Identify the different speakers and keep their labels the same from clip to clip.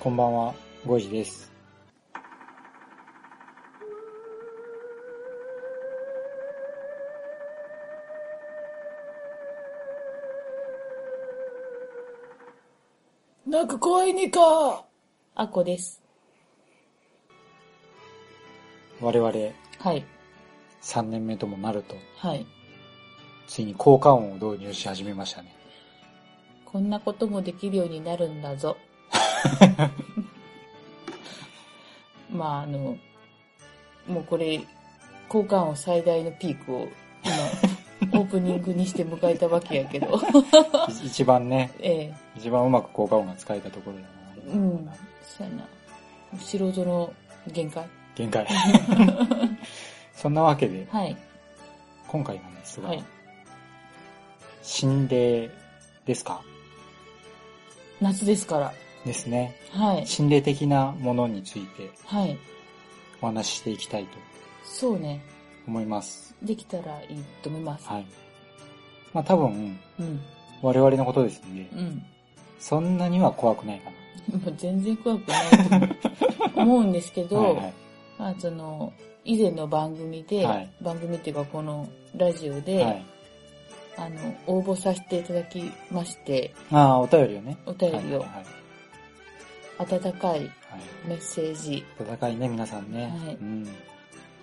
Speaker 1: こんばんは、ゴイジです。
Speaker 2: 泣く声にか。
Speaker 3: あこです
Speaker 1: 我々
Speaker 3: はい
Speaker 1: 3年目ともなると、
Speaker 3: はい
Speaker 1: ついに効果音を導入し始めまし たね。
Speaker 3: こんなこともできるようになるんだ ぞまああのもうこれ交換音最大のピークを 今オープニングにして迎えたわけやけど
Speaker 1: い一番ね、
Speaker 3: ええ
Speaker 1: 一番うまく効果音が使えたところだな。
Speaker 3: うんそうやな素人の限界
Speaker 1: 限界。 そんなわけで、
Speaker 3: はい
Speaker 1: 今回なんですが、
Speaker 3: はい
Speaker 1: 心霊ですか
Speaker 3: 夏ですから
Speaker 1: ですね。
Speaker 3: はい
Speaker 1: 心霊的なものについて
Speaker 3: はい
Speaker 1: お話ししていきたいと
Speaker 3: そうね
Speaker 1: 思います。
Speaker 3: できたらいいと思います、
Speaker 1: はい。まあ多分、
Speaker 3: うん
Speaker 1: 我々のことですので、
Speaker 3: うん
Speaker 1: そんなには怖くないか
Speaker 3: もう全然怖く ないと思うんですけ
Speaker 1: な。
Speaker 3: ど、
Speaker 1: はいはい。
Speaker 3: まあ、その以前の番組で、
Speaker 1: はい
Speaker 3: 番組っていうかこのラジオで、
Speaker 1: はい、
Speaker 3: あの応募させていただきまして
Speaker 1: ああ、お便りをね。
Speaker 3: お便りを
Speaker 1: はいはい
Speaker 3: 温かい
Speaker 1: はい
Speaker 3: メッセージ、
Speaker 1: はい、戦いね、皆さんね。
Speaker 3: はい
Speaker 1: うん、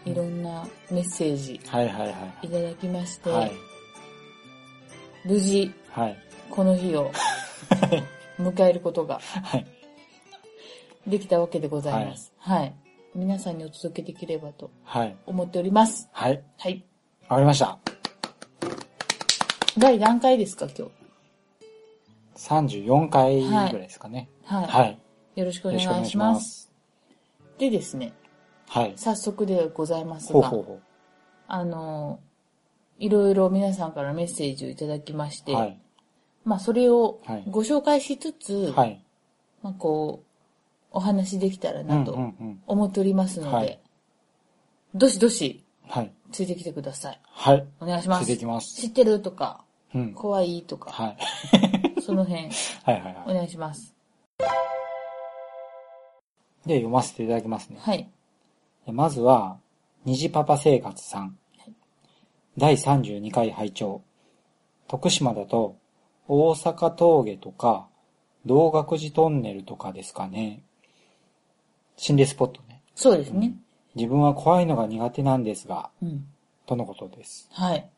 Speaker 3: い、ろんなメッセージ
Speaker 1: はいはいはい
Speaker 3: ただきまし
Speaker 1: い。
Speaker 3: て、
Speaker 1: はい。
Speaker 3: 無事
Speaker 1: はい。
Speaker 3: この日 を迎えることが
Speaker 1: はい。
Speaker 3: できたわけでございます。はい、皆さんにお届けできればと
Speaker 1: はい。
Speaker 3: 思っております。
Speaker 1: はい。
Speaker 3: はい。
Speaker 1: わかりました。
Speaker 3: 第何回ですか、今日。
Speaker 1: 34回ぐらいですかね。
Speaker 3: はい。
Speaker 1: はい。
Speaker 3: よろしくお願
Speaker 1: よろ
Speaker 3: い
Speaker 1: しくお願い
Speaker 3: し
Speaker 1: し
Speaker 3: ま。
Speaker 1: ますす。
Speaker 3: でですね、
Speaker 1: はい。
Speaker 3: 早速ではございます
Speaker 1: ほう
Speaker 3: が、
Speaker 1: ほうほ
Speaker 3: あの、いろいろ皆さんからメッセージをいただきまして、
Speaker 1: う。はい。
Speaker 3: まあそれを
Speaker 1: はい
Speaker 3: ご紹介しつつ、
Speaker 1: はい。
Speaker 3: まあこう、お話できたら
Speaker 1: うんう
Speaker 3: なん
Speaker 1: う
Speaker 3: と
Speaker 1: ん。
Speaker 3: 思っておりますので、
Speaker 1: はい
Speaker 3: どしどし
Speaker 1: はい。
Speaker 3: ついてきてください。
Speaker 1: はい。
Speaker 3: お願いしま
Speaker 1: ついて
Speaker 3: す
Speaker 1: い。きます。
Speaker 3: 知ってるとか、
Speaker 1: うん。
Speaker 3: 怖いとか、
Speaker 1: はい。
Speaker 3: その辺
Speaker 1: はいはい
Speaker 3: お
Speaker 1: は
Speaker 3: 願いします。
Speaker 1: い。で、読ませていただきますね。
Speaker 3: はい。
Speaker 1: まずは、虹パパ生活さん。第32回拝聴徳島だと、大阪峠とか、道学寺トンネルとかですかね。心霊スポットね。
Speaker 3: そうですね。
Speaker 1: 自分は怖いのが苦手なんですが、
Speaker 3: うん。
Speaker 1: とのことです。
Speaker 3: はい。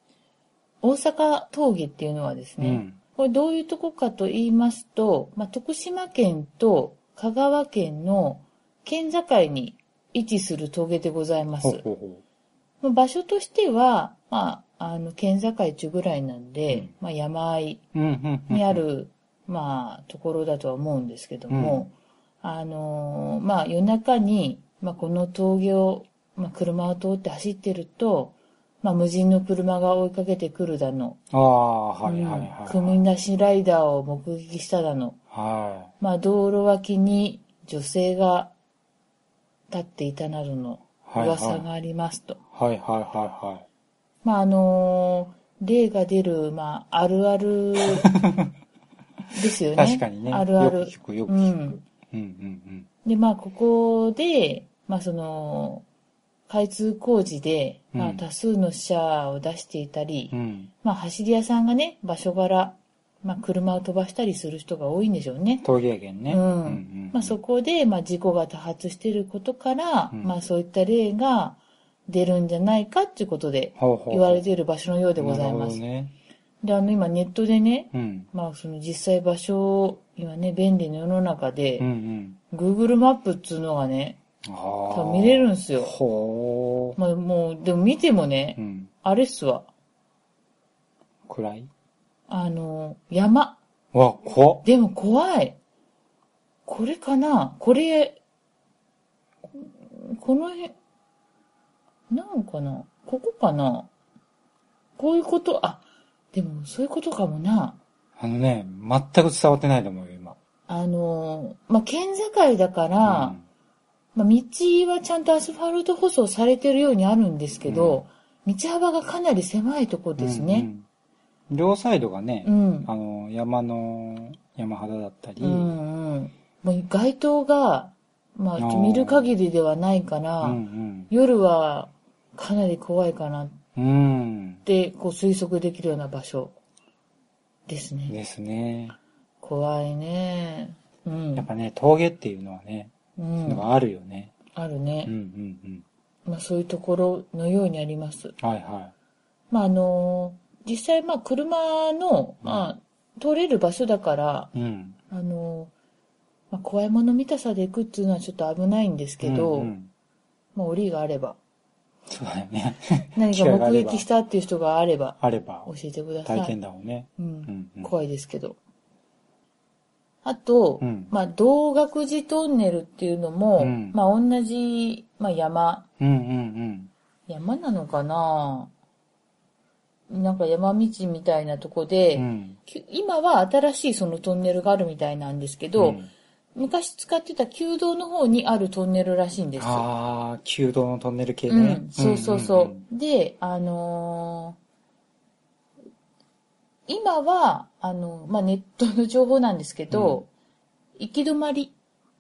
Speaker 3: 大阪峠っていうのはですね、
Speaker 1: うん
Speaker 3: これどういうとこかと言いますと、まあ、徳島県と香川県の県境に位置する峠でございます
Speaker 1: ほう。ほうほ
Speaker 3: まあ場所としては、まあ、あの、県境中ぐらいなんで、
Speaker 1: うん。
Speaker 3: まあ、山あいう
Speaker 1: うんうんうん。
Speaker 3: にあ。る、まあ、ところだとは思うんですけども、あのーまあ、夜中に、まあ、この峠を、まあ、車を通って走ってると、まあ、無人の車が追いかけてくるだの、
Speaker 1: ああ、はいはいはい
Speaker 3: うん
Speaker 1: はい。
Speaker 3: 組み出しライダーを目撃しただの、
Speaker 1: は
Speaker 3: まあ、道路脇に女性が立っていたなどの
Speaker 1: はいはい
Speaker 3: 噂がありますと。
Speaker 1: い。はいはいはいはい。
Speaker 3: まあ、あのー例が出る、まあ、あるあるですよね。
Speaker 1: 確かにね。
Speaker 3: あるあ
Speaker 1: よ
Speaker 3: る
Speaker 1: く。聞くよく
Speaker 3: う
Speaker 1: 聞く。
Speaker 3: ん。
Speaker 1: うんうん
Speaker 3: で、まあ、ここで、まあ、その、開通工事で、
Speaker 1: うん
Speaker 3: まあ、多数の死者を出していたり、
Speaker 1: うん。うん。
Speaker 3: まあ、走り屋さんがね、場所柄、まあ、車を飛ばしたりする人が多いんでしょうね。
Speaker 1: 峠やけんね。
Speaker 3: うん
Speaker 1: うん
Speaker 3: まあ、そこで、まあ、事故が多発していることから、
Speaker 1: うん
Speaker 3: まあ、そういった例が出るんじゃないかっていうことで、
Speaker 1: ほうほうほう
Speaker 3: 言われている場所のようでございます。
Speaker 1: なるほどね。
Speaker 3: で、あの、今、ネットでね、
Speaker 1: うん。
Speaker 3: まあ、その実際場所を、今ね、便利な世の中で、
Speaker 1: うんうん。
Speaker 3: Google マップっつうのがね、
Speaker 1: あ
Speaker 3: 多分見れるん
Speaker 1: ん
Speaker 3: ですよ。
Speaker 1: ほ
Speaker 3: まあ、もう、でも見てもね、
Speaker 1: う。うん。
Speaker 3: あれっすわ。
Speaker 1: 暗い
Speaker 3: あの、山。
Speaker 1: わ、怖っ。
Speaker 3: でも怖い。これかなこれ、この辺、なんかなここかなこういうこと、あ、でもそういうことかもな。
Speaker 1: あのね、全く伝わってないと思うよ、今。
Speaker 3: あのー、まあ、県境だから、
Speaker 1: うん
Speaker 3: まあ、道はちゃんとアスファルト舗装されてるようにあるんですけど、道幅がかなり狭いとこですね。
Speaker 1: うんうん両サイドがね、
Speaker 3: うん。
Speaker 1: あの、山の、山肌だったり、
Speaker 3: うんうん。もう街灯が、まあ、
Speaker 1: あー
Speaker 3: 見る限りではないか
Speaker 1: う
Speaker 3: ら、
Speaker 1: ん
Speaker 3: 夜はかなり怖いかなっ
Speaker 1: うん。
Speaker 3: て、こう推測できるような場所です
Speaker 1: うん。
Speaker 3: ね。
Speaker 1: ですね。
Speaker 3: 怖いね。うん。
Speaker 1: やっぱね、峠っていうのはね、
Speaker 3: う
Speaker 1: そういうの
Speaker 3: ん。
Speaker 1: があるよね。
Speaker 3: ある
Speaker 1: うん
Speaker 3: ね。
Speaker 1: うん
Speaker 3: まあ、そういうところのようにあります。
Speaker 1: うん。はいは
Speaker 3: まあ、あの、実際、まあ、車の、まあ、通れる場所だから、
Speaker 1: い。うん。
Speaker 3: あの、まあ、怖いもの見たさで行くっていうのはちょっと危ないんですけど、
Speaker 1: うんうん
Speaker 3: まあ、檻があれば、
Speaker 1: そうだよね。
Speaker 3: 何か
Speaker 1: 機会があ
Speaker 3: 目
Speaker 1: れば
Speaker 3: 撃したっていう人があれば、
Speaker 1: あれば
Speaker 3: 教、えてください。
Speaker 1: 体験談をね。
Speaker 3: う。
Speaker 1: うんんうん。
Speaker 3: 怖いですけど。あと、
Speaker 1: うん
Speaker 3: まあ、道学寺トンネルっていうのも、
Speaker 1: うん
Speaker 3: まあ、同じ、まあ、山、
Speaker 1: うんうん
Speaker 3: 山なのかななんか山道みたいなとこで、
Speaker 1: うん。うん。
Speaker 3: き今は新しいそのトンネルがあるみたいなんですけど、昔使ってた旧道の方にあるトンネルらしいんです。
Speaker 1: ああ、旧道のトンネル系
Speaker 3: う
Speaker 1: ね
Speaker 3: ん、。そうそうそう。
Speaker 1: ん
Speaker 3: で、あのー今は、あの、まあ、ネットの情報なんですけど、行き止まり。
Speaker 1: うんうん。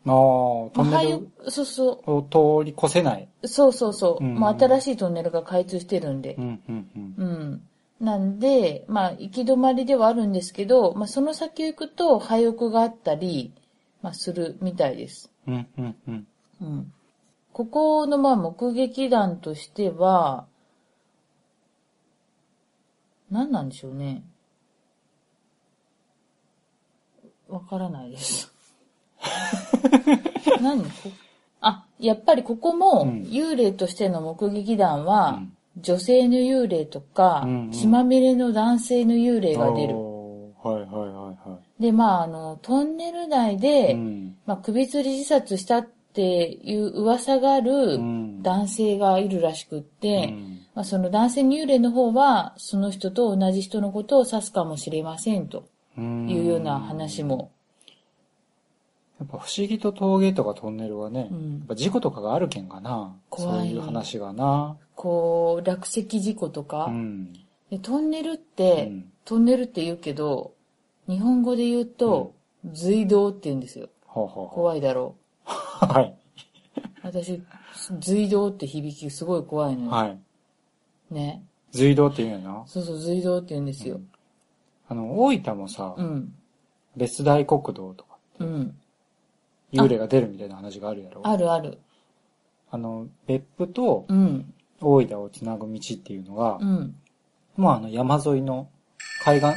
Speaker 1: ああ、ト
Speaker 3: まあ
Speaker 1: ンネ
Speaker 3: は
Speaker 1: ル
Speaker 3: よそうそ
Speaker 1: を通り越せない。
Speaker 3: う、そうそうそう、
Speaker 1: うん
Speaker 3: もう新しいトンネルが開通してるんで
Speaker 1: う、んうんう
Speaker 3: う
Speaker 1: ん。
Speaker 3: ん。なんで、まあ、行き止まりではあるんですけど、まあ、その先行くと、廃屋があったり、まあ、するみたいです。
Speaker 1: うんうんうん。
Speaker 3: うん。ここの、まあ、目撃談としては、何なんでしょうね。わからないです。 何こあ、やっぱりここも
Speaker 1: うん
Speaker 3: 幽霊としての目撃談
Speaker 1: う
Speaker 3: は
Speaker 1: ん、
Speaker 3: 女性の幽霊とか
Speaker 1: うんうん、
Speaker 3: 血まみれの男性の幽霊が出る。
Speaker 1: おーはいはいはいは
Speaker 3: で、まあ、あの、トンネル内
Speaker 1: い。
Speaker 3: で、
Speaker 1: うん
Speaker 3: まあ、首吊り自殺したっていう噂がある
Speaker 1: うん
Speaker 3: 男性がいるらしくっ
Speaker 1: う
Speaker 3: て、
Speaker 1: ん
Speaker 3: まあ、その男性幽霊の方は、その人と同じ人のことを指すかもしれませんと
Speaker 1: うん
Speaker 3: いうような話も。
Speaker 1: やっぱ不思議と峠とかトンネルはね、
Speaker 3: うん
Speaker 1: やっぱ事故とかがあるけんかな。
Speaker 3: 怖い
Speaker 1: そういう話がな。
Speaker 3: こう、落石事故とか、
Speaker 1: うん。
Speaker 3: でトンネルって、
Speaker 1: うん
Speaker 3: トンネルって言うけど、日本語で言うと、隧道って言うんですよ。
Speaker 1: ほうほうほ
Speaker 3: 怖いだろ
Speaker 1: う。はい。
Speaker 3: う。私、隧道って響きすごい怖いのよ。
Speaker 1: はい。
Speaker 3: ね。
Speaker 1: 隧道って言うんやな。
Speaker 3: そうそう、隧道って言うんですよ。
Speaker 1: あの、大分もさ、
Speaker 3: うん。
Speaker 1: 別大国道とか、
Speaker 3: うん。
Speaker 1: 幽霊が出るみたいな話があるやろ。
Speaker 3: あるある。
Speaker 1: あの、別府と
Speaker 3: うん。
Speaker 1: 大分をつなぐ道っていうのが
Speaker 3: う、ん。
Speaker 1: もうあの山沿いの海岸、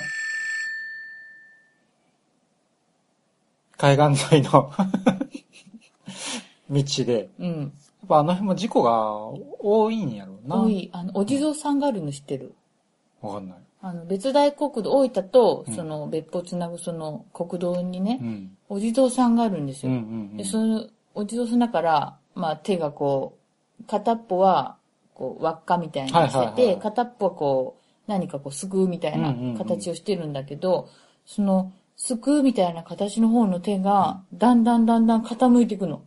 Speaker 1: 海岸沿いの 道で、やっ
Speaker 3: うん。
Speaker 1: ぱあの辺も事故が多いんやろうな。
Speaker 3: 多い。あの、お地蔵さんがあるの知ってる。
Speaker 1: わかんない。
Speaker 3: あの、別大国道、大分と
Speaker 1: う、ん
Speaker 3: その、別府をつなぐその、国道に
Speaker 1: う
Speaker 3: ね、
Speaker 1: ん。
Speaker 3: お地蔵さんがあるんです
Speaker 1: うんう
Speaker 3: よ。
Speaker 1: んう
Speaker 3: で、
Speaker 1: ん。
Speaker 3: その、お地蔵さんだから、まあ、手がこう、片っぽは、こう、輪っかみたいに
Speaker 1: はい
Speaker 3: し
Speaker 1: はい
Speaker 3: て
Speaker 1: は
Speaker 3: て、
Speaker 1: い
Speaker 3: 片っぽはこう、何かこう、すくうみたいな
Speaker 1: うんうんうん
Speaker 3: 形をしてるんだけど、その、すくうみたいな形の方の手が、だんだんだんだん傾いていくの。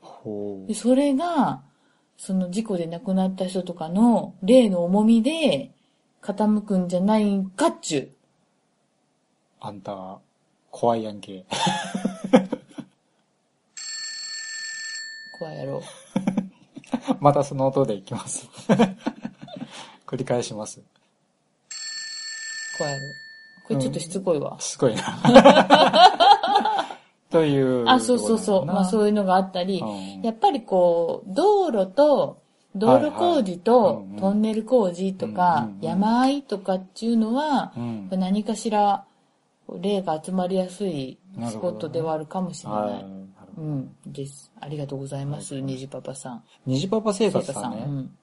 Speaker 1: ほ
Speaker 3: で、それが、その事故で亡くなった人とかの霊の重みで傾くんじゃないんかっちゅう。
Speaker 1: あんた、怖いやんけ。
Speaker 3: 怖いやろ。
Speaker 1: またその音でいきます。 繰り返します。
Speaker 3: 怖いやろ。これちょっとしつこいわ。
Speaker 1: すご いな。という。
Speaker 3: あ、そうそうそう。まあ
Speaker 1: う
Speaker 3: そういうのがあったり、
Speaker 1: うん
Speaker 3: やっぱりこう、道路と、道路工事
Speaker 1: はいはい
Speaker 3: と
Speaker 1: うんうん
Speaker 3: トンネル工事とか
Speaker 1: うんうんう、ん
Speaker 3: 山あいとかっていうのは
Speaker 1: う、ん。
Speaker 3: 何かしら、霊が集まりやすい
Speaker 1: な
Speaker 3: ス
Speaker 1: る
Speaker 3: ポ
Speaker 1: ほどね
Speaker 3: ットではあるかもしれない。
Speaker 1: はい。
Speaker 3: うん、です。ありがとうございます、にじパパさん。
Speaker 1: 虹パパ生活
Speaker 3: 聖火
Speaker 1: さんね、
Speaker 3: うん。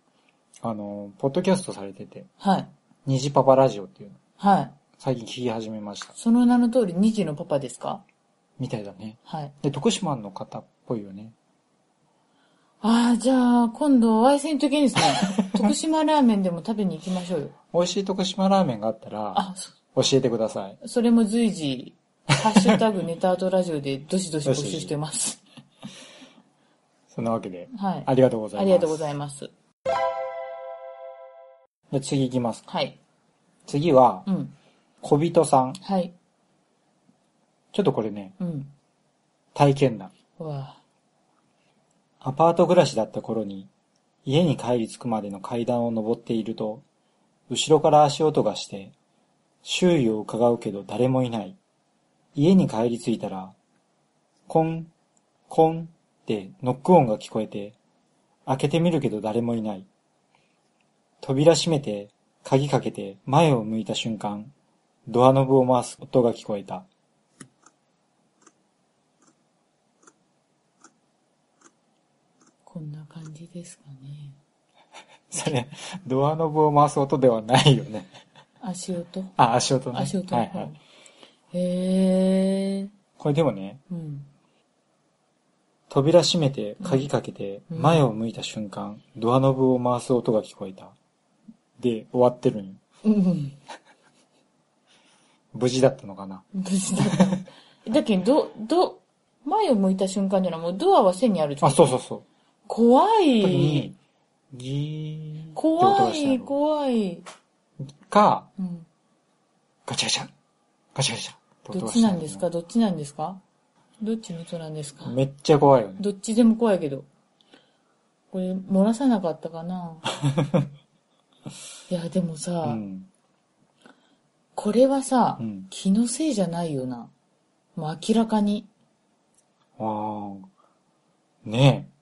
Speaker 1: あの、ポッドキャストされてて、
Speaker 3: はい。
Speaker 1: 虹パパラジオっていうの。
Speaker 3: はい。
Speaker 1: 最近聞き始めました。
Speaker 3: その名の通り2児のパパですか
Speaker 1: みたいだね。
Speaker 3: はい。
Speaker 1: で、徳島の方っぽいよね。
Speaker 3: ああ、じゃあ、今度お会いせんといけんですね。徳島ラーメンでも食べに行きましょうよ。
Speaker 1: 美味しい徳島ラーメンがあったら、
Speaker 3: あ、そ
Speaker 1: 教えてください。
Speaker 3: それも随時、ハッシュタグネタアートラジオでどしどし募集してます。
Speaker 1: そんなわけで、
Speaker 3: はい。
Speaker 1: ありがとうございます。
Speaker 3: ありがとうござ
Speaker 1: ま
Speaker 3: います。
Speaker 1: す。で、次行きますか。
Speaker 3: はい。
Speaker 1: 次は
Speaker 3: う、ん。
Speaker 1: 小人さん。
Speaker 3: はい。
Speaker 1: ちょっとこれね、
Speaker 3: うん。
Speaker 1: 体験談。
Speaker 3: うわ
Speaker 1: アパート暮らしだった頃に、家に帰り着くまでの階段を登っていると、後ろから足音がして、周囲を伺うけど誰もいない。家に帰り着いたら、コン、コンってノック音が聞こえて、開けてみるけど誰もいない。扉閉めて、鍵かけて前を向いた瞬間、ドアノブを回す音が聞こえた。
Speaker 3: こんな感じですかね。
Speaker 1: それ、ドアノブを回す音ではないよね。
Speaker 3: 足音
Speaker 1: あ、足音ね。
Speaker 3: 足音
Speaker 1: はいはい。
Speaker 3: へえ。
Speaker 1: これでもね、
Speaker 3: うん。
Speaker 1: 扉閉めて、鍵かけて、
Speaker 3: うん
Speaker 1: 前を向いた瞬間、ドアノブを回す音が聞こえた。で、終わってるんよ
Speaker 3: うん。
Speaker 1: 無事だったのかな
Speaker 3: 無事だった。 だけど、ど、前を向いた瞬間じゃない、もうドアは背にある
Speaker 1: あ、そう
Speaker 3: う。
Speaker 1: そうそう。
Speaker 3: 怖
Speaker 1: 時
Speaker 3: い
Speaker 1: に。、ギーって音
Speaker 3: 怖
Speaker 1: がした
Speaker 3: い、
Speaker 1: の
Speaker 3: 怖い。
Speaker 1: か、
Speaker 3: うん。
Speaker 1: ガチャガチャ、ガチャガチャって音
Speaker 3: どっ
Speaker 1: が
Speaker 3: ち
Speaker 1: したの
Speaker 3: なんですかどっちなんですかどっちの音なんですか
Speaker 1: めっちゃ怖いよね。
Speaker 3: どっちでも怖いけど。これ、漏らさなかったか ないや、でもさ、
Speaker 1: うん。
Speaker 3: これはさ、
Speaker 1: うん
Speaker 3: 気のせいじゃないよな。もう明らかに。
Speaker 1: あーねえ。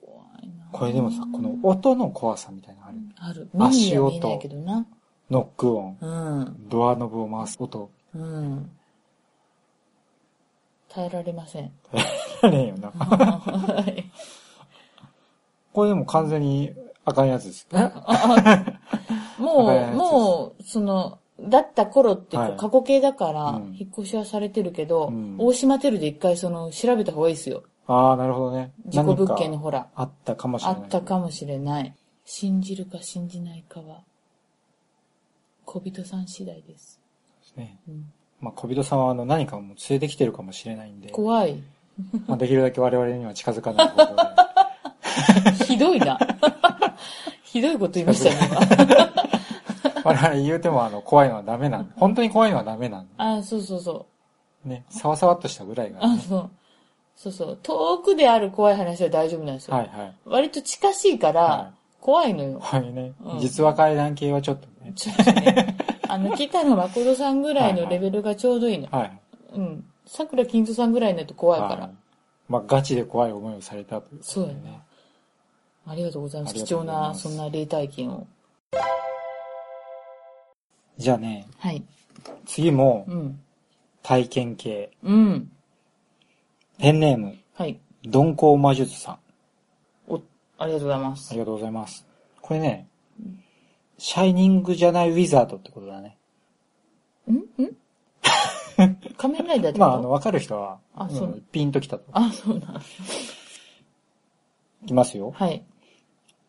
Speaker 3: 怖いな。
Speaker 1: これでもさ、この音の怖さみたいなのある。
Speaker 3: ある。目には見え
Speaker 1: 足
Speaker 3: ない
Speaker 1: 音
Speaker 3: けどな。
Speaker 1: ノック音、
Speaker 3: うん。
Speaker 1: ドアノブを回す音。
Speaker 3: うん。耐えられませ ん。
Speaker 1: ねえよな。
Speaker 3: はい
Speaker 1: これでも完全にあかんやつです。わかりま
Speaker 3: も
Speaker 1: し
Speaker 3: う、
Speaker 1: た
Speaker 3: もう、その、だった頃ってこう
Speaker 1: はい
Speaker 3: 過去形だから
Speaker 1: うん、
Speaker 3: 引っ越しはされてるけど、
Speaker 1: うん
Speaker 3: 大島テルで一回その、調べた方がいいですよ。
Speaker 1: ああ、なるほどね。
Speaker 3: 事故物件の
Speaker 1: 何か
Speaker 3: ほら、
Speaker 1: あったかもし
Speaker 3: あ
Speaker 1: れない。
Speaker 3: ったかもしれない。信じるか信じないかは、小人さん次第です。
Speaker 1: ね。
Speaker 3: うん
Speaker 1: まあ、小人さんはあの何かをもう連れてきてるかもしれないんで、
Speaker 3: 怖い。
Speaker 1: まあ、できるだけ我々には近づかない方 が
Speaker 3: ひど いな。ひどいこと言いましたね、今。
Speaker 1: 我々言うてもあの怖いのはダメなんで、本当に怖いのはダメなんで、
Speaker 3: あ、そうそうそう。
Speaker 1: ね。さわさわっとしたぐらいが、
Speaker 3: あ
Speaker 1: ね。
Speaker 3: の、そうそう。遠くである怖い話は大丈夫なんですよ。
Speaker 1: はいはい。
Speaker 3: 割と近しいから、
Speaker 1: はい
Speaker 3: 怖いの よ。
Speaker 1: こういうね
Speaker 3: うん、
Speaker 1: 実話怪談系はちょっとね。
Speaker 3: ちょっとね。あの、北野誠さんぐらいのレベルがちょうどいいの。
Speaker 1: はいはい。
Speaker 3: うん。桜金蔵さんぐらいになると怖いから。
Speaker 1: はいまあ、ガチで怖い思いをされたということ
Speaker 3: そう
Speaker 1: で
Speaker 3: やね。。ありがとうございます。
Speaker 1: ありが
Speaker 3: 貴
Speaker 1: とう
Speaker 3: 重
Speaker 1: ございま
Speaker 3: な、
Speaker 1: す
Speaker 3: そんな霊体験を。
Speaker 1: じゃあね、
Speaker 3: はい。
Speaker 1: 次も
Speaker 3: うん。
Speaker 1: 体験系。
Speaker 3: うん。
Speaker 1: ペンネーム、
Speaker 3: はい。
Speaker 1: 鈍行魔術さん。
Speaker 3: お、ありがとうございま
Speaker 1: あ
Speaker 3: す
Speaker 1: り。がとうございます。これね、シャイニングじゃないウィザードってことだね。
Speaker 3: ん ん仮面ライダーってこと
Speaker 1: まあ、あの、わかる人は、
Speaker 3: あそう
Speaker 1: うんピンときたと。
Speaker 3: あ、そうなん。
Speaker 1: いきますよ。
Speaker 3: はい。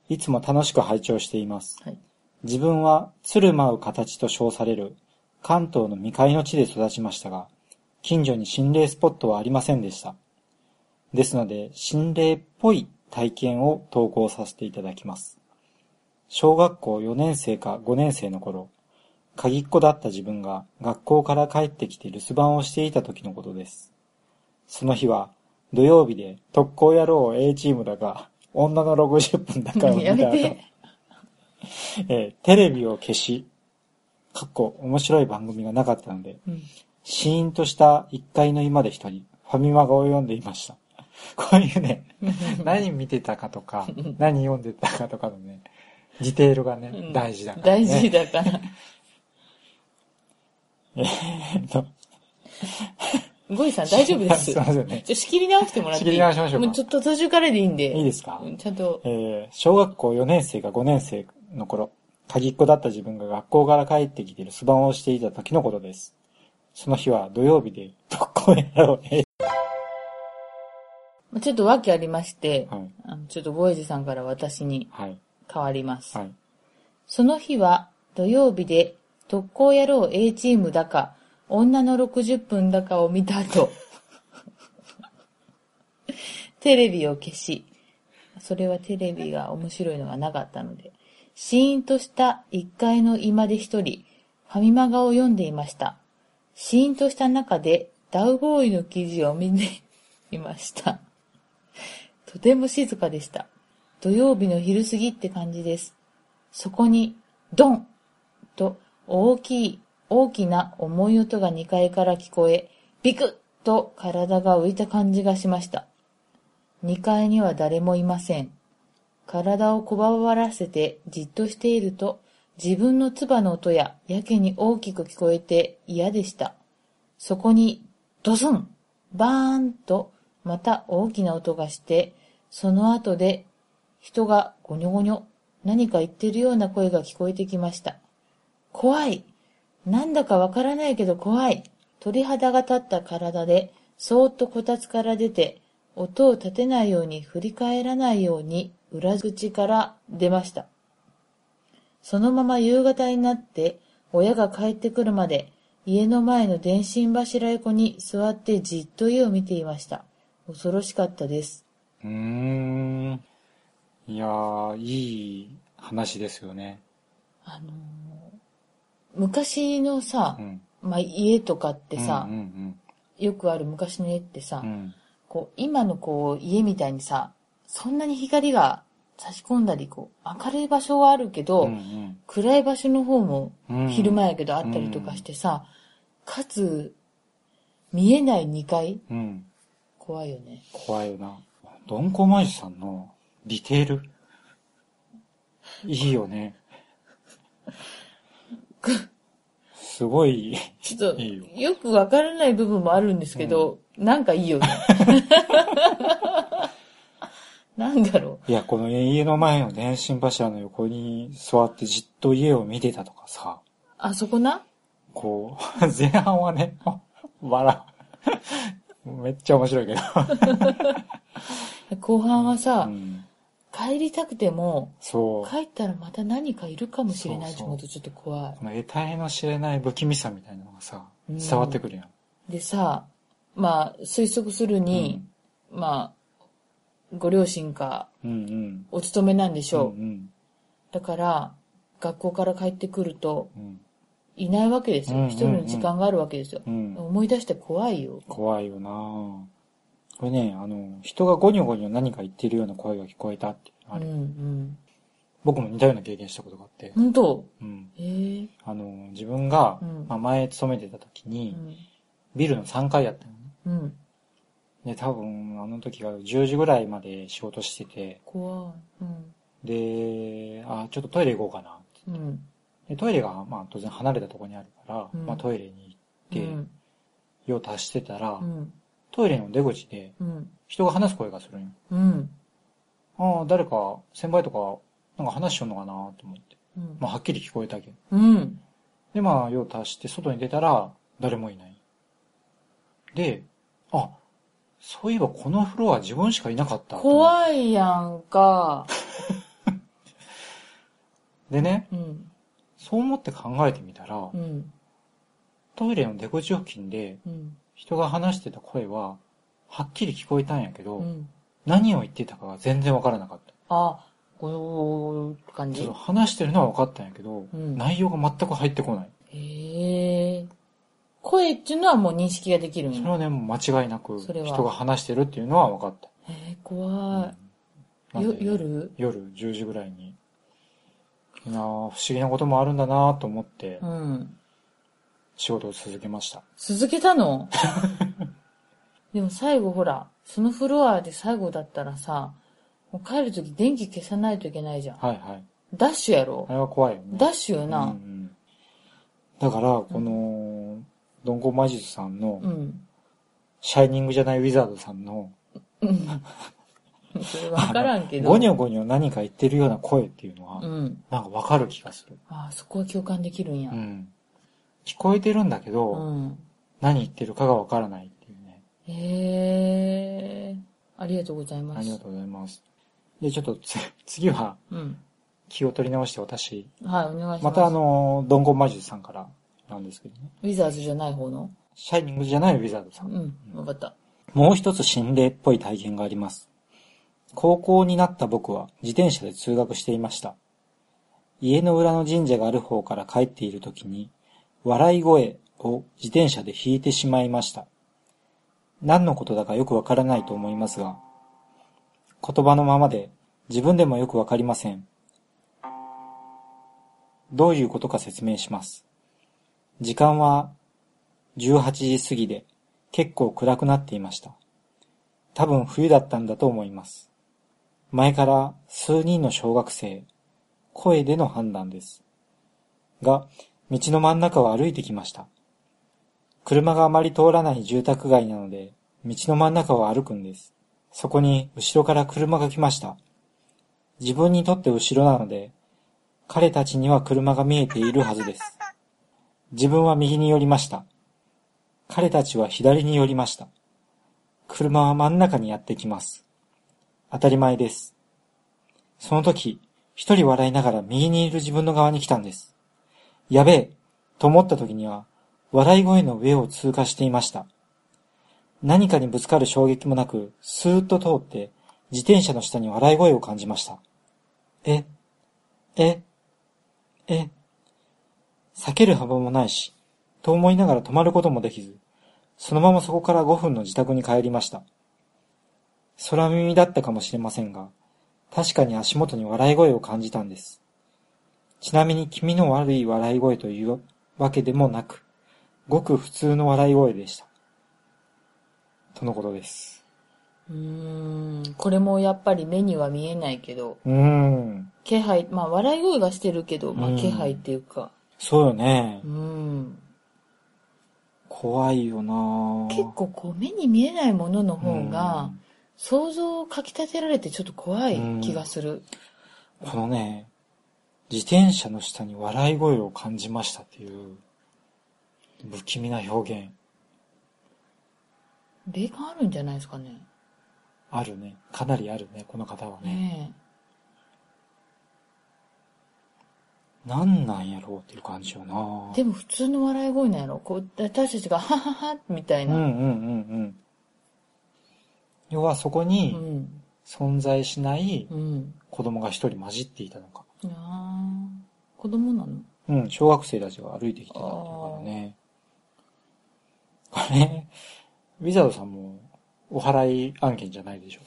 Speaker 1: いつも楽しく拝聴しています。
Speaker 3: はい。
Speaker 1: 自分は、鶴舞う形と称される、関東の未開の地で育ちましたが、近所に心霊スポットはありませんでした。ですので、心霊っぽい体験を投稿させていただきます。小学校4年生か5年生の頃、鍵っ子だった自分が学校から帰ってきて留守番をしていた時のことです。その日は、土曜日で特攻野郎 A チームだが、女の60分だからを見た
Speaker 3: や
Speaker 1: 後
Speaker 3: めて。
Speaker 1: えーテレビを消し、かっこ面白い番組がなかったので、
Speaker 3: うん。
Speaker 1: シーンとした1階の居間で一人、ファミマガを読んでいました。 こういうね、何見てたか とか、何読んでたかとかのね、ディテールが
Speaker 3: う
Speaker 1: ね
Speaker 3: ん、
Speaker 1: 大事だから、
Speaker 3: 大
Speaker 1: ね。
Speaker 3: 事だから。
Speaker 1: えっ と
Speaker 3: ゴイさん大丈夫で す。
Speaker 1: すいませんね。
Speaker 3: じゃ、仕切り直してもらっていい
Speaker 1: 仕切り直しましょうか
Speaker 3: もうちょっと途中からでいいんで。
Speaker 1: いいですか
Speaker 3: うんちゃんと
Speaker 1: え。ー小学校4年生か5年生の頃、鍵っ子だった自分が学校から帰ってきて留守番をしていた時のことです。その日は土曜日で、特攻野 郎へ。
Speaker 3: まあちょっと訳ありまして、
Speaker 1: はい。
Speaker 3: あのちょっとボエジさんから私に
Speaker 1: はい。
Speaker 3: 変わります。
Speaker 1: はい。
Speaker 3: その日は土曜日で特攻野郎 A チームだか、女の60分だかを見た後、 テレビを消し、それはテレビが面白いのがなかったので、シーンとした1階の居間で一人、ファミマガを読んでいました。シーンとした中でダウボーイの記事を見ていました。とても静かでした。土曜日の昼過ぎって感じです。そこに、ドンと大きい、大きな重い音が2階から聞こえ、ビクッと体が浮いた感じがしました。2階には誰もいません。体をこばばらせてじっとしていると、自分の唾の音ややけに大きく聞こえて嫌でした。そこに、ドスンバーンと、また大きな音がして、その後で、人がゴニョゴニョ、何か言ってるような声が聞こえてきました。怖いなんだかわからないけど怖い鳥肌が立った体で、そーっとこたつから出て、音を立てないように振り返らないように裏口から出ました。そのまま夕方になって、親が帰ってくるまで、家の前の電信柱横に座ってじっと家を見ていました。恐ろしかったです。
Speaker 1: うーん。いやー、いい話ですよね。
Speaker 3: あのー昔のさ、
Speaker 1: うん。
Speaker 3: まあ、家とかってさ、
Speaker 1: うんうん
Speaker 3: よくある昔の家ってさ、
Speaker 1: うん。うん。
Speaker 3: こう、今のこう、家みたいにさ、そんなに光が差し込んだり、こう、明るい場所はあるけど、
Speaker 1: うん
Speaker 3: 暗い場所の方も
Speaker 1: うん
Speaker 3: 昼間やけどあったりとかしてさ、かつ、見えない2階
Speaker 1: うん。うん。
Speaker 3: 怖いよね。
Speaker 1: 怖いよな。ドンコマジさんのディテール。いいよね。すごい。
Speaker 3: ちょっと、
Speaker 1: いいよ
Speaker 3: よくわからない部分もあるんですけど、なんかいい よね。なんだろ
Speaker 1: いや、この家の前の電信柱の横に座ってじっと家を見てたとかさ、
Speaker 3: う。あそこな
Speaker 1: こう、 前半はね、笑う。めっちゃ面白いけど。
Speaker 3: 後半はさ、
Speaker 1: うん、
Speaker 3: 帰りたくても、
Speaker 1: そう。
Speaker 3: 帰ったらまた何かいるかもしれないと
Speaker 1: そうそう
Speaker 3: 思うとちょっと怖い。
Speaker 1: この得体の知れない不気味さみたいなのがさ、
Speaker 3: うん
Speaker 1: 伝わってくるやん。
Speaker 3: でさ、まあ、推測するに、まあ、ご両親か、
Speaker 1: うんうん。
Speaker 3: お勤めなんでしょう。
Speaker 1: うん
Speaker 3: だから、学校から帰ってくると、
Speaker 1: うん。うん。
Speaker 3: いないわけです
Speaker 1: うん
Speaker 3: よ。
Speaker 1: うん
Speaker 3: 一、人の時間があるわけですよ。
Speaker 1: うん
Speaker 3: 思い出して怖いよ。
Speaker 1: 怖いよなぁこれね、あの、人がゴニョゴニョ何か言ってるような声が聞こえたっていうのあ
Speaker 3: うん
Speaker 1: れ、
Speaker 3: うん。
Speaker 1: 僕も似たような経験したことがあって、
Speaker 3: 本当
Speaker 1: うん。
Speaker 3: ええ
Speaker 1: あの、自分が、
Speaker 3: うん
Speaker 1: まあ、前勤めてた時に、
Speaker 3: うん。
Speaker 1: ビルの3階やったのね。
Speaker 3: うん。
Speaker 1: で、多分、あの時が10時ぐらいまで仕事してて、
Speaker 3: 怖い。うん。
Speaker 1: で、あ、ちょっとトイレ行こうかなって。
Speaker 3: うん。
Speaker 1: で、トイレが、まあ、当然離れたところにあるから、
Speaker 3: うん
Speaker 1: まあ、トイレに行
Speaker 3: う
Speaker 1: って、
Speaker 3: ん。
Speaker 1: 用足してたら、
Speaker 3: うん。
Speaker 1: トイレの出口で
Speaker 3: うん。
Speaker 1: 人が話す声がするんよ。
Speaker 3: うん。
Speaker 1: ああ、誰か、先輩とか、なんか話しよんのかなと思って。
Speaker 3: うん。
Speaker 1: まあ、はっきり聞こえたけど。
Speaker 3: うん。
Speaker 1: で、まあ、用足して、外に出たら、誰もいない。で、あ、そういえばこのフロア自分しかいなかった。い。
Speaker 3: 怖いやんか。
Speaker 1: でね、
Speaker 3: うん。
Speaker 1: そう思って考えてみたら
Speaker 3: う、ん。
Speaker 1: トイレの出口付近で、
Speaker 3: うん。
Speaker 1: 人が話してた声は、はっきり聞こえたんやけど、
Speaker 3: うん。
Speaker 1: 何を言ってたかが全然わからなかった。
Speaker 3: あ、こういう感
Speaker 1: そ
Speaker 3: じ
Speaker 1: の。話してるのは分かったんやけど、
Speaker 3: うん
Speaker 1: 内容が全く入ってこない。
Speaker 3: へえ。声っていうのはもう認識ができるん
Speaker 1: そ
Speaker 3: や
Speaker 1: れはね、もう間違いなく、
Speaker 3: それは
Speaker 1: 人が話してるっていうのは分かった。
Speaker 3: へえ、怖い。
Speaker 1: うん
Speaker 3: よ
Speaker 1: なん、で
Speaker 3: 夜
Speaker 1: 夜10時ぐらいに。いやー不思議なこともあるんだなと思って
Speaker 3: う、ん。
Speaker 1: 仕事を続けました。
Speaker 3: 続けた のでも最後ほら、そのフロアで最後だったらさ、もう帰るとき電気消さないといけないじゃん。
Speaker 1: はいはい。
Speaker 3: ダッシュやろ
Speaker 1: あれは怖いよね。
Speaker 3: ダッシュよ
Speaker 1: うんう
Speaker 3: な。
Speaker 1: んだから、この、ドンコ魔術さんの
Speaker 3: う、ん。
Speaker 1: シャイニングじゃないウィザードさんの、
Speaker 3: うん。それわからんけど。
Speaker 1: ゴニョゴニョ何か言ってるような声っていうのは、
Speaker 3: うん。
Speaker 1: なんかわかる気がする。
Speaker 3: ああ、そこは共感できるんや
Speaker 1: う。ん。聞こえてるんだけど、
Speaker 3: うん。
Speaker 1: 何言ってるかがわからないっていうね。
Speaker 3: へえ。ありがとうございます。
Speaker 1: ありがとうございます。で、ちょっとつ 次は
Speaker 3: うん。
Speaker 1: 気を取り直して私、
Speaker 3: はい、お願いします。
Speaker 1: またあ、の、ドンゴン魔術さんからなんですけどね。
Speaker 3: ウィザーズじゃない方の
Speaker 1: シャイニングじゃないウィザードさ。
Speaker 3: うんん、わかった。
Speaker 1: もう一つ心霊っぽい体験があります。高校になった僕は自転車で通学していました。家の裏の神社がある方から帰っている時に、笑い声を自転車で引いてしまいました。何のことだかよくわからないと思いますが、言葉のままで自分でもよくわかりません。どういうことか説明します。時間は18時過ぎで結構暗くなっていました。多分冬だったんだと思います。前から数人の小学生、声での判断です。が、道の真ん中を歩いてきました。車があまり通らない住宅街なので、道の真ん中を歩くんです。そこに後ろから車が来ました。自分にとって後ろなので、彼たちには車が見えているはずです。自分は右に寄りました。彼たちは左に寄りました。車は真ん中にやってきます。当たり前です。その時、一人笑いながら右にいる自分の側に来たんです。やべえと思った時には、笑い声の上を通過していました。何かにぶつかる衝撃もなく、スーッと通って、自転車の下に笑い声を感じました。え、え、え、避ける幅もないし、と思いながら止まることもできず、そのままそこから5分の自宅に帰りました。空耳だったかもしれませんが、確かに足元に笑い声を感じたんです。ちなみに気味の悪い笑い声というわけでもなく、ごく普通の笑い声でした。とのことです。
Speaker 3: うーん、これもやっぱり目には見えないけど、
Speaker 1: うーん。
Speaker 3: 気配、まあ笑い声がしてるけど、ま
Speaker 1: う
Speaker 3: あ
Speaker 1: ん
Speaker 3: 気配っていうか、
Speaker 1: そうよね
Speaker 3: う。ん。
Speaker 1: 怖いよなぁ
Speaker 3: 結構こう目に見えないものの方
Speaker 1: う
Speaker 3: が
Speaker 1: ん、
Speaker 3: 想像をかきたてられてちょっと怖い気がする。
Speaker 1: このね、自転車の下に笑い声を感じましたっていう、不気味な表現、
Speaker 3: 霊感あるんじゃないですかね。
Speaker 1: あるね。かなりあるね、この方はね。
Speaker 3: ね
Speaker 1: なんなんやろうっていう感じよな
Speaker 3: え。でも普通の笑い声なんやろこう、私たちが、ははは、みたい
Speaker 1: うんうん
Speaker 3: な。
Speaker 1: うんうん。要はそこ
Speaker 3: う
Speaker 1: に
Speaker 3: ん。
Speaker 1: 存在しない
Speaker 3: うん。
Speaker 1: 子供が一人混じっていたのか。
Speaker 3: あー子供なの
Speaker 1: うん、小学生たちが歩いてきてたっていうからね。あれ、ウィザードさんもお祓い案件じゃないでしょ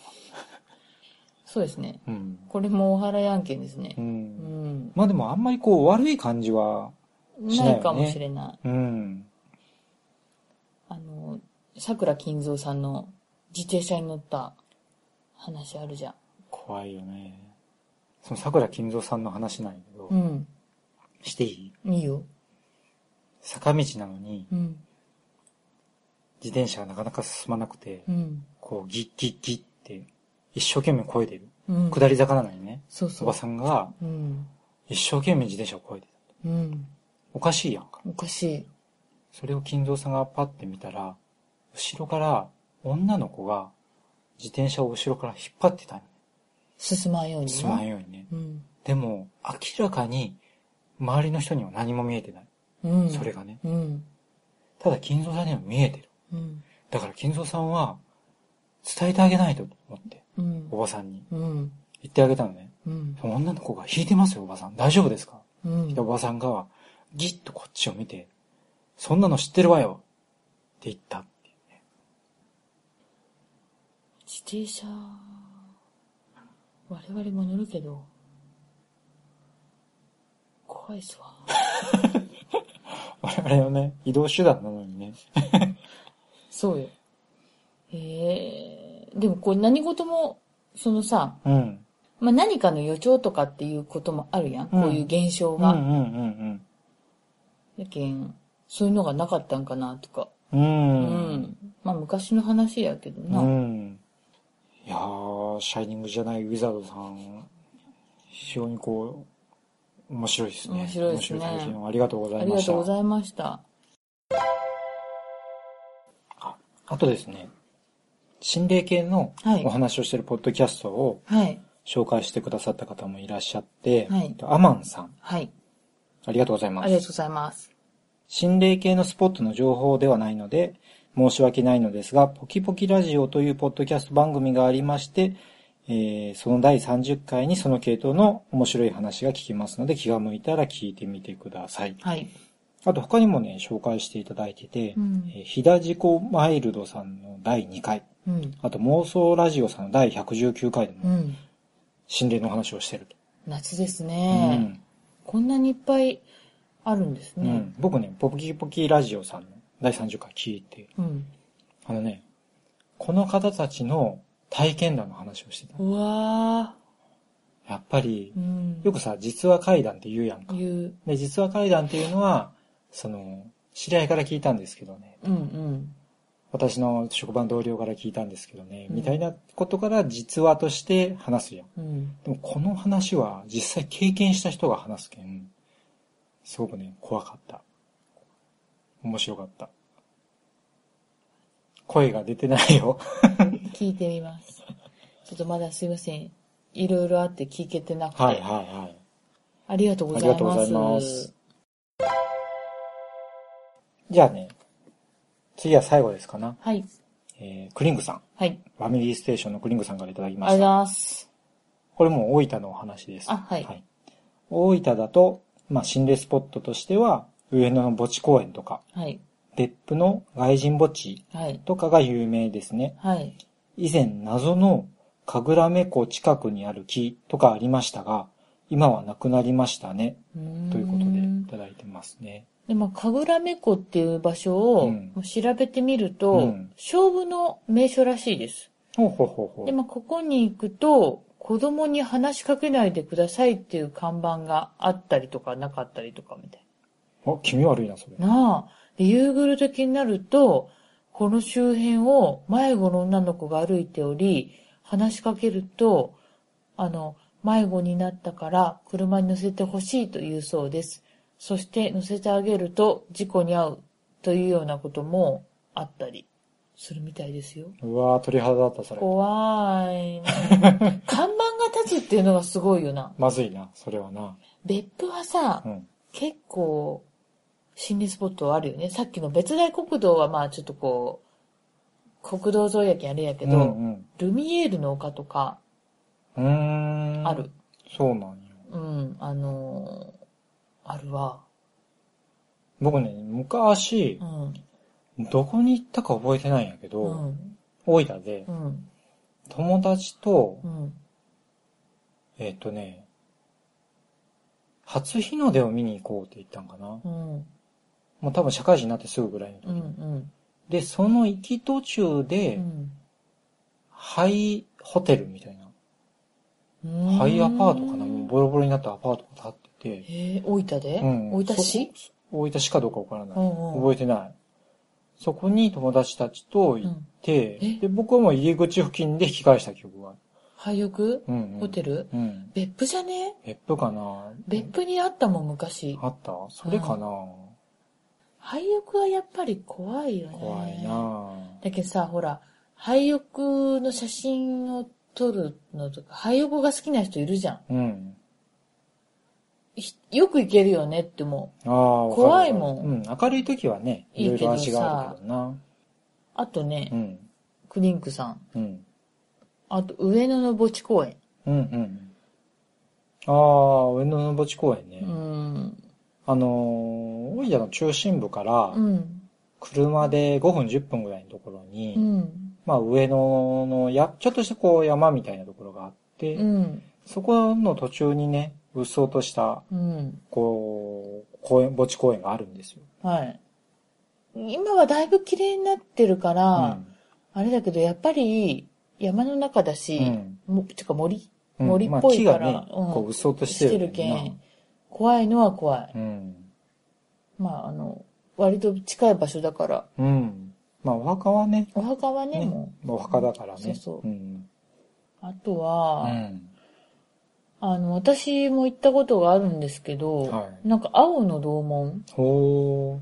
Speaker 3: そうですね。
Speaker 1: うか。うん。
Speaker 3: これもお払い案件ですね
Speaker 1: う。。
Speaker 3: うんん。
Speaker 1: まあでもあんまりこう悪い感じは、しないよね
Speaker 3: ないかもしれない。
Speaker 1: うん。
Speaker 3: あの、桜金蔵さんの自転車に乗った話あるじゃん。
Speaker 1: 怖いよね。その桜金蔵さんの話なんやけど、
Speaker 3: うん。
Speaker 1: していい
Speaker 3: いいよ。
Speaker 1: 坂道なのに
Speaker 3: うん。
Speaker 1: 自転車がなかなか進まなくて、
Speaker 3: うん。
Speaker 1: こうギッギッギッって一生懸命漕いでる。
Speaker 3: うん。
Speaker 1: 下り坂なのにね、
Speaker 3: そう
Speaker 1: お
Speaker 3: そ
Speaker 1: ば
Speaker 3: う。
Speaker 1: さんが
Speaker 3: うん。
Speaker 1: 一生懸命自転車を漕いでた。
Speaker 3: うん。
Speaker 1: おかしいやんか。
Speaker 3: おかしい。
Speaker 1: それを金蔵さんがパッて見たら、後ろから女の子が自転車を後ろから引っ張ってたの。
Speaker 3: 進まんようにな。
Speaker 1: 進まんようにね。
Speaker 3: うん。
Speaker 1: でも、明らかに周りの人には何も見えてない。
Speaker 3: うん。
Speaker 1: それ。がね。
Speaker 3: うん。
Speaker 1: ただ金蔵さんには見えてる。
Speaker 3: うん。
Speaker 1: だから金蔵さんは伝えてあげないと思って、
Speaker 3: うん
Speaker 1: お。ばさんに
Speaker 3: うん。
Speaker 1: 言ってあげたのね。
Speaker 3: うん。
Speaker 1: 女の子が引いてますよ、おばさん。大丈夫ですか
Speaker 3: うん
Speaker 1: で、おばさんがギッとこっちを見て、そんなの知ってるわよって言ったって いうね。
Speaker 3: 自転車、我々も乗るけど、怖いっすわ。
Speaker 1: 我々のね、移動手段なのにね。
Speaker 3: そうよ。ええでもこれ何事も、そのさ、
Speaker 1: うん。
Speaker 3: まあ、何かの予兆とかっていうこともあるやん。
Speaker 1: うん
Speaker 3: こういう現象
Speaker 1: うんう
Speaker 3: が。
Speaker 1: ん
Speaker 3: やけん、そういうのがなかったんかなとか。
Speaker 1: うんうん。う。
Speaker 3: うんん。まあ昔の話やけどな。
Speaker 1: うん。いやー、はシャイニングじゃないウィザードさん、非常にこう、面白いですね。
Speaker 3: 面白いですね
Speaker 1: 面白い作品をありがとうござ
Speaker 3: あ
Speaker 1: い
Speaker 3: り
Speaker 1: ま
Speaker 3: が
Speaker 1: し
Speaker 3: と
Speaker 1: た。
Speaker 3: うご
Speaker 1: あ
Speaker 3: ざいました。
Speaker 1: とですね、心霊系の
Speaker 3: はい
Speaker 1: お話をしてるポッドキャストを
Speaker 3: はい。
Speaker 1: 紹介してくださった方もいらっしゃって、
Speaker 3: はい
Speaker 1: アマンさん、
Speaker 3: はい。
Speaker 1: ありがとうございま
Speaker 3: ありがとう
Speaker 1: す。
Speaker 3: ございます。
Speaker 1: 心霊系のスポットの情報ではないので、申し訳ないのですが、ポキポキラジオというポッドキャスト番組がありまして、えーその第30回にその系統の面白い話が聞きますので、気が向いたら聞いてみてください。
Speaker 3: はい。
Speaker 1: あと他にもね、紹介していただいてて、
Speaker 3: うん
Speaker 1: えーひだじこマイルドさんの第2回、
Speaker 3: うん。
Speaker 1: あと妄想ラジオさんの第119回で
Speaker 3: う
Speaker 1: も
Speaker 3: ん。
Speaker 1: 心霊の話をしてると。
Speaker 3: 夏です
Speaker 1: う
Speaker 3: ね。
Speaker 1: ん
Speaker 3: こんなにいっぱいあるんです
Speaker 1: う
Speaker 3: ね
Speaker 1: ん。僕ね、ポキポキラジオさんの第30回聞いて、
Speaker 3: うん。
Speaker 1: あのね、この方たちの体験談の話をしてた
Speaker 3: う。わ
Speaker 1: やっぱり
Speaker 3: ー。う、ん。
Speaker 1: よくさ、実話怪談って言うやんか。
Speaker 3: 言う。
Speaker 1: で、実話怪談っていうのは、その、知り合いから聞いたんですけどね、
Speaker 3: うんうん。
Speaker 1: 私の職場の同僚から聞いたんですけどね、
Speaker 3: うん
Speaker 1: みたいなことから実話として話すやん。
Speaker 3: うん。
Speaker 1: でもこの話は実際経験した人が話すけん、すごくね、怖かった。面白かった。声が出てないよ。
Speaker 3: 聞いてみます。ちょっとまだすいません。いろいろあって聞けてなくて。
Speaker 1: はいはいはい。
Speaker 3: ありがとうご
Speaker 1: あ
Speaker 3: ざ
Speaker 1: り
Speaker 3: い
Speaker 1: が
Speaker 3: ます。
Speaker 1: とうございます。じゃあね、次は最後ですかな。
Speaker 3: はい。
Speaker 1: えー、クリングさん。
Speaker 3: はい。
Speaker 1: ファミリーステーションのクリングさんからいただき
Speaker 3: ありが
Speaker 1: ま
Speaker 3: とうござ
Speaker 1: し
Speaker 3: い
Speaker 1: た。
Speaker 3: ます。
Speaker 1: これも大分のお話です。
Speaker 3: あはい
Speaker 1: 大分だと、まあ、心霊スポットとしては、上野の墓地公園とか、
Speaker 3: はい。
Speaker 1: 別府の外人墓地
Speaker 3: はい。
Speaker 1: とかが有名ですね。
Speaker 3: はい。
Speaker 1: 以前、謎の神楽目湖近くにある木とかありましたが、今はなくなりましたね。
Speaker 3: うーん
Speaker 1: ということで、いただいてますね。
Speaker 3: で、まあ、神楽目湖っていう場所を
Speaker 1: うん
Speaker 3: 調べてみると、
Speaker 1: うん
Speaker 3: 勝負の名所らしいです。
Speaker 1: ほうほうほうほう
Speaker 3: で、。まあ、ここに行くと、子供に話しかけないでくださいっていう看板があったりとかなかったりとかみたい
Speaker 1: あ、気味悪いな、それ。
Speaker 3: な。なあ。で、夕暮れ時になると、この周辺を迷子の女の子が歩いており、話しかけると、あの、迷子になったから車に乗せてほしいというそうです。そして乗せてあげると事故に遭うというようなこともあったりするみたいですよ。
Speaker 1: うわー鳥肌だった、それ。
Speaker 3: 怖 いな。看板が立つっていうのがすごいよな。
Speaker 1: まずいな、それはな。
Speaker 3: 別府はさ、
Speaker 1: うん。
Speaker 3: 結構、心理スポットあるよね。さっきの別大国道はまあちょっとこう、国道沿いやけんあれやけど、
Speaker 1: うん
Speaker 3: ルミエールの丘とか
Speaker 1: うん。うーん。
Speaker 3: ある。。
Speaker 1: そうなんよ。
Speaker 3: うん、あのーあるわ。
Speaker 1: 僕ね、昔
Speaker 3: う、ん、
Speaker 1: どこに行ったか覚えてないんやけど、
Speaker 3: うん、
Speaker 1: 大分で
Speaker 3: う、ん、
Speaker 1: 友達と、
Speaker 3: うん。
Speaker 1: えっ、とね、初日の出を見に行こうって言ったんかな。
Speaker 3: うん、
Speaker 1: もう多分社会人になってすぐぐらいの時。
Speaker 3: うん、うん、
Speaker 1: で、その行き途中で、ハイホテルみたいな、
Speaker 3: うん。
Speaker 1: ハイアパートかな、もう
Speaker 3: も
Speaker 1: ボロボロになったアパートが建ってて、
Speaker 3: えー、大分で
Speaker 1: うん
Speaker 3: 大分市
Speaker 1: 大分市かどうかわからない。
Speaker 3: うんうん
Speaker 1: 覚えてない。そこに友達たちと行って、
Speaker 3: うんえ
Speaker 1: で、僕はもう入り口付近で引き返した記憶がある。
Speaker 3: 廃屋
Speaker 1: うん、うん。
Speaker 3: ホテル
Speaker 1: うん。
Speaker 3: 別府じゃね
Speaker 1: 別府かな
Speaker 3: 別府にあったもん、昔。
Speaker 1: あったそれかな、
Speaker 3: 廃屋はやっぱり怖いよね。
Speaker 1: 怖いな
Speaker 3: だけどさ、ほら、廃屋の写真を撮るのとか、廃屋が好きな人いるじゃん。
Speaker 1: うん。
Speaker 3: ひよく行けるよねって思う。
Speaker 1: ああ、わかる
Speaker 3: 怖いもん
Speaker 1: うん。明るい時はね、いろいろ味があるけどな。
Speaker 3: あとね、
Speaker 1: うん。
Speaker 3: クリンクさん。
Speaker 1: うん。
Speaker 3: あと、上野の墓地公園。
Speaker 1: うん、うん。ああ、上野の墓地公園ね。
Speaker 3: うん。
Speaker 1: あのー、大分の中心部から
Speaker 3: う、ん。
Speaker 1: 車で5分10分ぐらいのところに、
Speaker 3: うん。
Speaker 1: まあ上野のや、ちょっとしたこう山みたいなところがあって、
Speaker 3: うん。
Speaker 1: そこの途中にね、うっそうとした、
Speaker 3: うん。
Speaker 1: こう、公園、墓地公園があるんですよ。
Speaker 3: はい。今はだいぶ綺麗になってるから、あれだけど、やっぱり山の中だし、
Speaker 1: うん
Speaker 3: もてか森
Speaker 1: うん、
Speaker 3: 森っぽいから
Speaker 1: まあ、木がね、
Speaker 3: うん
Speaker 1: こう、うっそうとし
Speaker 3: して
Speaker 1: て
Speaker 3: る
Speaker 1: る
Speaker 3: け
Speaker 1: よね
Speaker 3: ん、怖いのは怖い。
Speaker 1: うん。
Speaker 3: まあ、あの、割と近い場所だから、
Speaker 1: うん。まあ、お墓はね、
Speaker 3: お墓はね、
Speaker 1: ね
Speaker 3: も
Speaker 1: お墓だからね。。
Speaker 3: そうそうんう、あと
Speaker 1: う
Speaker 3: は、
Speaker 1: ん。
Speaker 3: あの、私も行ったことがあるんですけど、
Speaker 1: は
Speaker 3: なんか青の洞門、
Speaker 1: ほ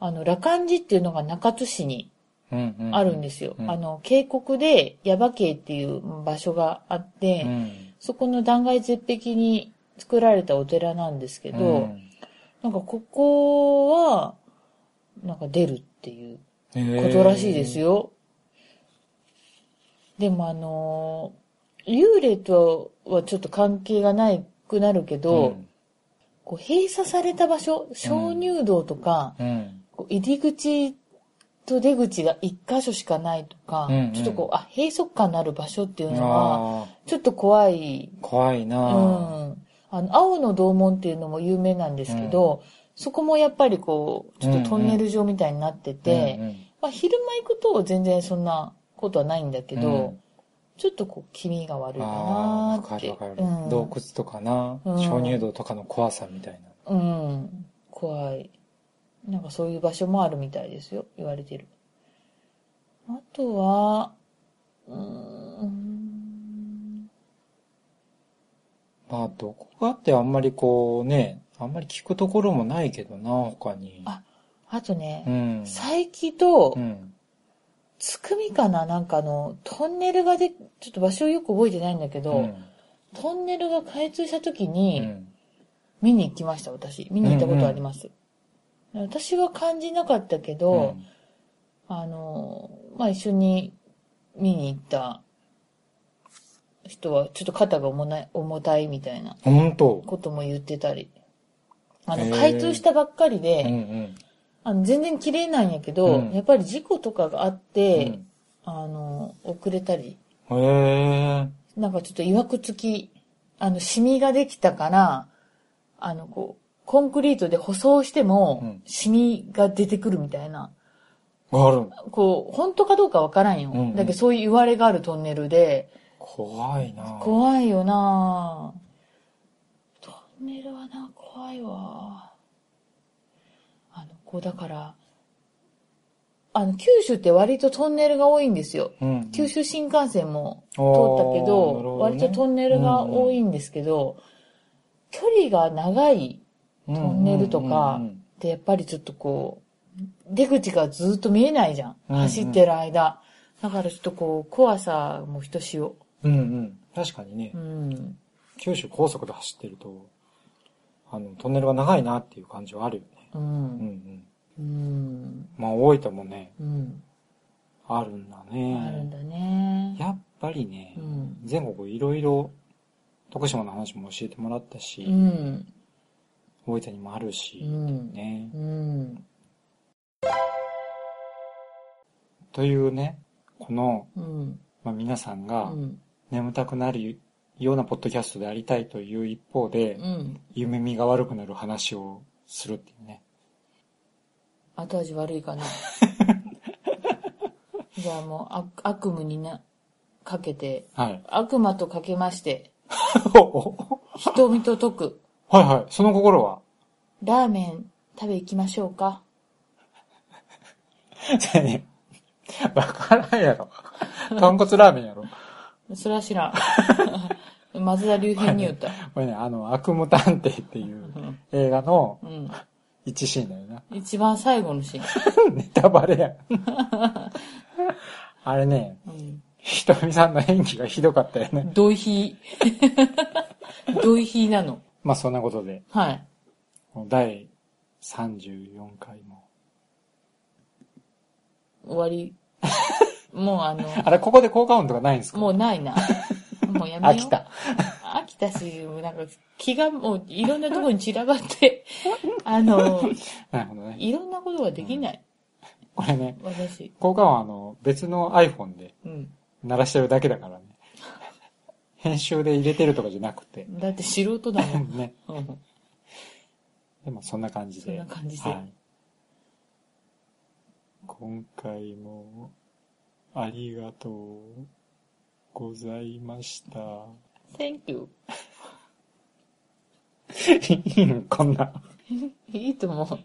Speaker 3: あの、羅漢寺っていうのが中津市に
Speaker 1: ー。うんうん。
Speaker 3: あるんですよ。
Speaker 1: うん
Speaker 3: あの、渓谷で耶馬渓っていう場所があって、
Speaker 1: うん。
Speaker 3: そこの断崖絶壁に作られたお寺なんですけど、
Speaker 1: うん
Speaker 3: なんかここは、なんか出るっていう
Speaker 1: へー
Speaker 3: ことらしいですよ。でもあのー幽霊とはちょっと関係がないくなるけど、
Speaker 1: うん
Speaker 3: こう閉鎖された場所、鍾乳洞とか、
Speaker 1: うん。
Speaker 3: こう入り口と出口が一箇所しかないとか、
Speaker 1: うんうん
Speaker 3: ちょっとこう、あ、閉塞感のある場所っていうのは、
Speaker 1: ああ、
Speaker 3: ちょっと怖い
Speaker 1: 怖いな
Speaker 3: う
Speaker 1: ぁ。
Speaker 3: ん。あの、青の洞門っていうのも有名なんですけど、そこもやっぱりこう、ちょっとトンネル状みたいになってて、
Speaker 1: うんうん
Speaker 3: まあ昼間行くと全然そんなことはないんだけど、
Speaker 1: うん
Speaker 3: ちょっとこう、気味が悪いか
Speaker 1: あ
Speaker 3: な
Speaker 1: あ、わ
Speaker 3: ー
Speaker 1: か
Speaker 3: って。
Speaker 1: るわかる。
Speaker 3: うん
Speaker 1: 洞窟とかな、
Speaker 3: うん
Speaker 1: 鍾乳洞とかの怖さみたいな。
Speaker 3: うん。怖い。なんかそういう場所もあるみたいですよ。言われてる。あとは、うーん。
Speaker 1: まあ、どこがあってあんまりこうね、あんまり聞くところもないけどな、他に。
Speaker 3: ああと
Speaker 1: う
Speaker 3: ね、
Speaker 1: ん。
Speaker 3: 佐伯と、
Speaker 1: うん。
Speaker 3: つくみかななんかあの、トンネルがで、ちょっと場所をよく覚えてないんだけど、
Speaker 1: うん
Speaker 3: トンネルが開通した時
Speaker 1: う
Speaker 3: に、
Speaker 1: ん。
Speaker 3: 見に行きました、私。見に行ったことあります。私は感じなかったけど、あの、まあ、一緒に見に行った人は、ちょっと肩が重ない重たいみたいな
Speaker 1: うん。ほんと。
Speaker 3: ことも言ってたり。あ
Speaker 1: へ
Speaker 3: の、
Speaker 1: ー
Speaker 3: 開通したばっかりで、
Speaker 1: うんうん。
Speaker 3: あの全然綺麗なんやけど、
Speaker 1: うん
Speaker 3: やっぱり事故とかがあっ
Speaker 1: う
Speaker 3: て、
Speaker 1: ん
Speaker 3: あの、遅れたり
Speaker 1: へえ。
Speaker 3: なんかちょっと曰くつき、あの、シミができたから、あの、こう、コンクリートで舗装して
Speaker 1: う
Speaker 3: も
Speaker 1: ん、
Speaker 3: シミが出てくるみたいな。
Speaker 1: ある。
Speaker 3: こう、本当かどうかわからんよ。
Speaker 1: うんうん
Speaker 3: だけどそういう言われがあるトンネルで、
Speaker 1: 怖いな。
Speaker 3: 怖いよなぁトンネルはな、怖いわぁあの、こうだから、あの、九州って割とトンネルが多いんですよ。
Speaker 1: うんうん。
Speaker 3: 九州新幹線も
Speaker 1: 通
Speaker 3: 通ったけど、割とトンネルが多いんですけど、距離が長い
Speaker 1: ト
Speaker 3: ンネルとかってやっぱりちょっとこう、出口がずっと見えないじゃん。
Speaker 1: うんうん
Speaker 3: 走ってる間。だからちょっとこう、怖さもひとしお。
Speaker 1: うんうん。確かにね
Speaker 3: う、ん。
Speaker 1: 九州高速で走ってると、あの、トンネルが長いなっていう感じはあるよね。
Speaker 3: う。
Speaker 1: うんうんん。
Speaker 3: うん。
Speaker 1: まあ、大分もね、
Speaker 3: うん。
Speaker 1: あるんだ
Speaker 3: あるん
Speaker 1: ね。
Speaker 3: だね。
Speaker 1: やっぱりね
Speaker 3: う、ん。
Speaker 1: 全国いろいろ、徳島の話も教えてもらった
Speaker 3: う
Speaker 1: し、
Speaker 3: ん。
Speaker 1: 大分にもある
Speaker 3: う
Speaker 1: し、
Speaker 3: ん。
Speaker 1: ね
Speaker 3: う。ん。
Speaker 1: というね、この、
Speaker 3: うん。
Speaker 1: まあ、皆さん
Speaker 3: う
Speaker 1: が
Speaker 3: ん。
Speaker 1: 眠たくなるようなポッドキャストでありたいという一方で、
Speaker 3: うん。
Speaker 1: 夢見が悪くなる話をするっていうね。
Speaker 3: 後味悪いかな。じゃあもう悪悪夢にな、かけて、
Speaker 1: はい。
Speaker 3: 悪魔とかけまして、
Speaker 1: おお
Speaker 3: 瞳と解く、
Speaker 1: はいはい。その心は
Speaker 3: ラーメン食べ行きましょうか。
Speaker 1: じゃあねわからんやろ。豚骨ラーメンやろ。
Speaker 3: そら知らん。 松田龍平に言った。
Speaker 1: これね、あの、悪夢探偵っていう映画の
Speaker 3: うん。
Speaker 1: 一シーンだよな。
Speaker 3: 一番最後のシー
Speaker 1: ネタバレやん。あれね、
Speaker 3: ン。
Speaker 1: ひとみさんの演技がひどかったよ
Speaker 3: う
Speaker 1: ね。
Speaker 3: ん。ドイ ヒー。ドイヒーなの。
Speaker 1: まあそんなことで、
Speaker 3: はい。
Speaker 1: 第34回も。
Speaker 3: 終わり。もうあの、
Speaker 1: あれ、ここで効果音とかないんですか
Speaker 3: もうないな。もうやめよう。
Speaker 1: 飽きた。
Speaker 3: 飽きたし、なんか気がもういろんなところに散らばって、あの、
Speaker 1: なるほどね。
Speaker 3: いろんなことができない。
Speaker 1: これね、
Speaker 3: 私。
Speaker 1: 効果音はあの、別の iPhone で
Speaker 3: うん。
Speaker 1: 鳴らしてるだけだからね。編集で入れてるとかじゃなくて。
Speaker 3: だって素人だもん。
Speaker 1: ね。
Speaker 3: うん
Speaker 1: でもそんな感じで。
Speaker 3: そんな感じで
Speaker 1: はい。今回も、ありがとうございました。
Speaker 3: Thank you.
Speaker 1: いいのこんな。
Speaker 3: いいと思う。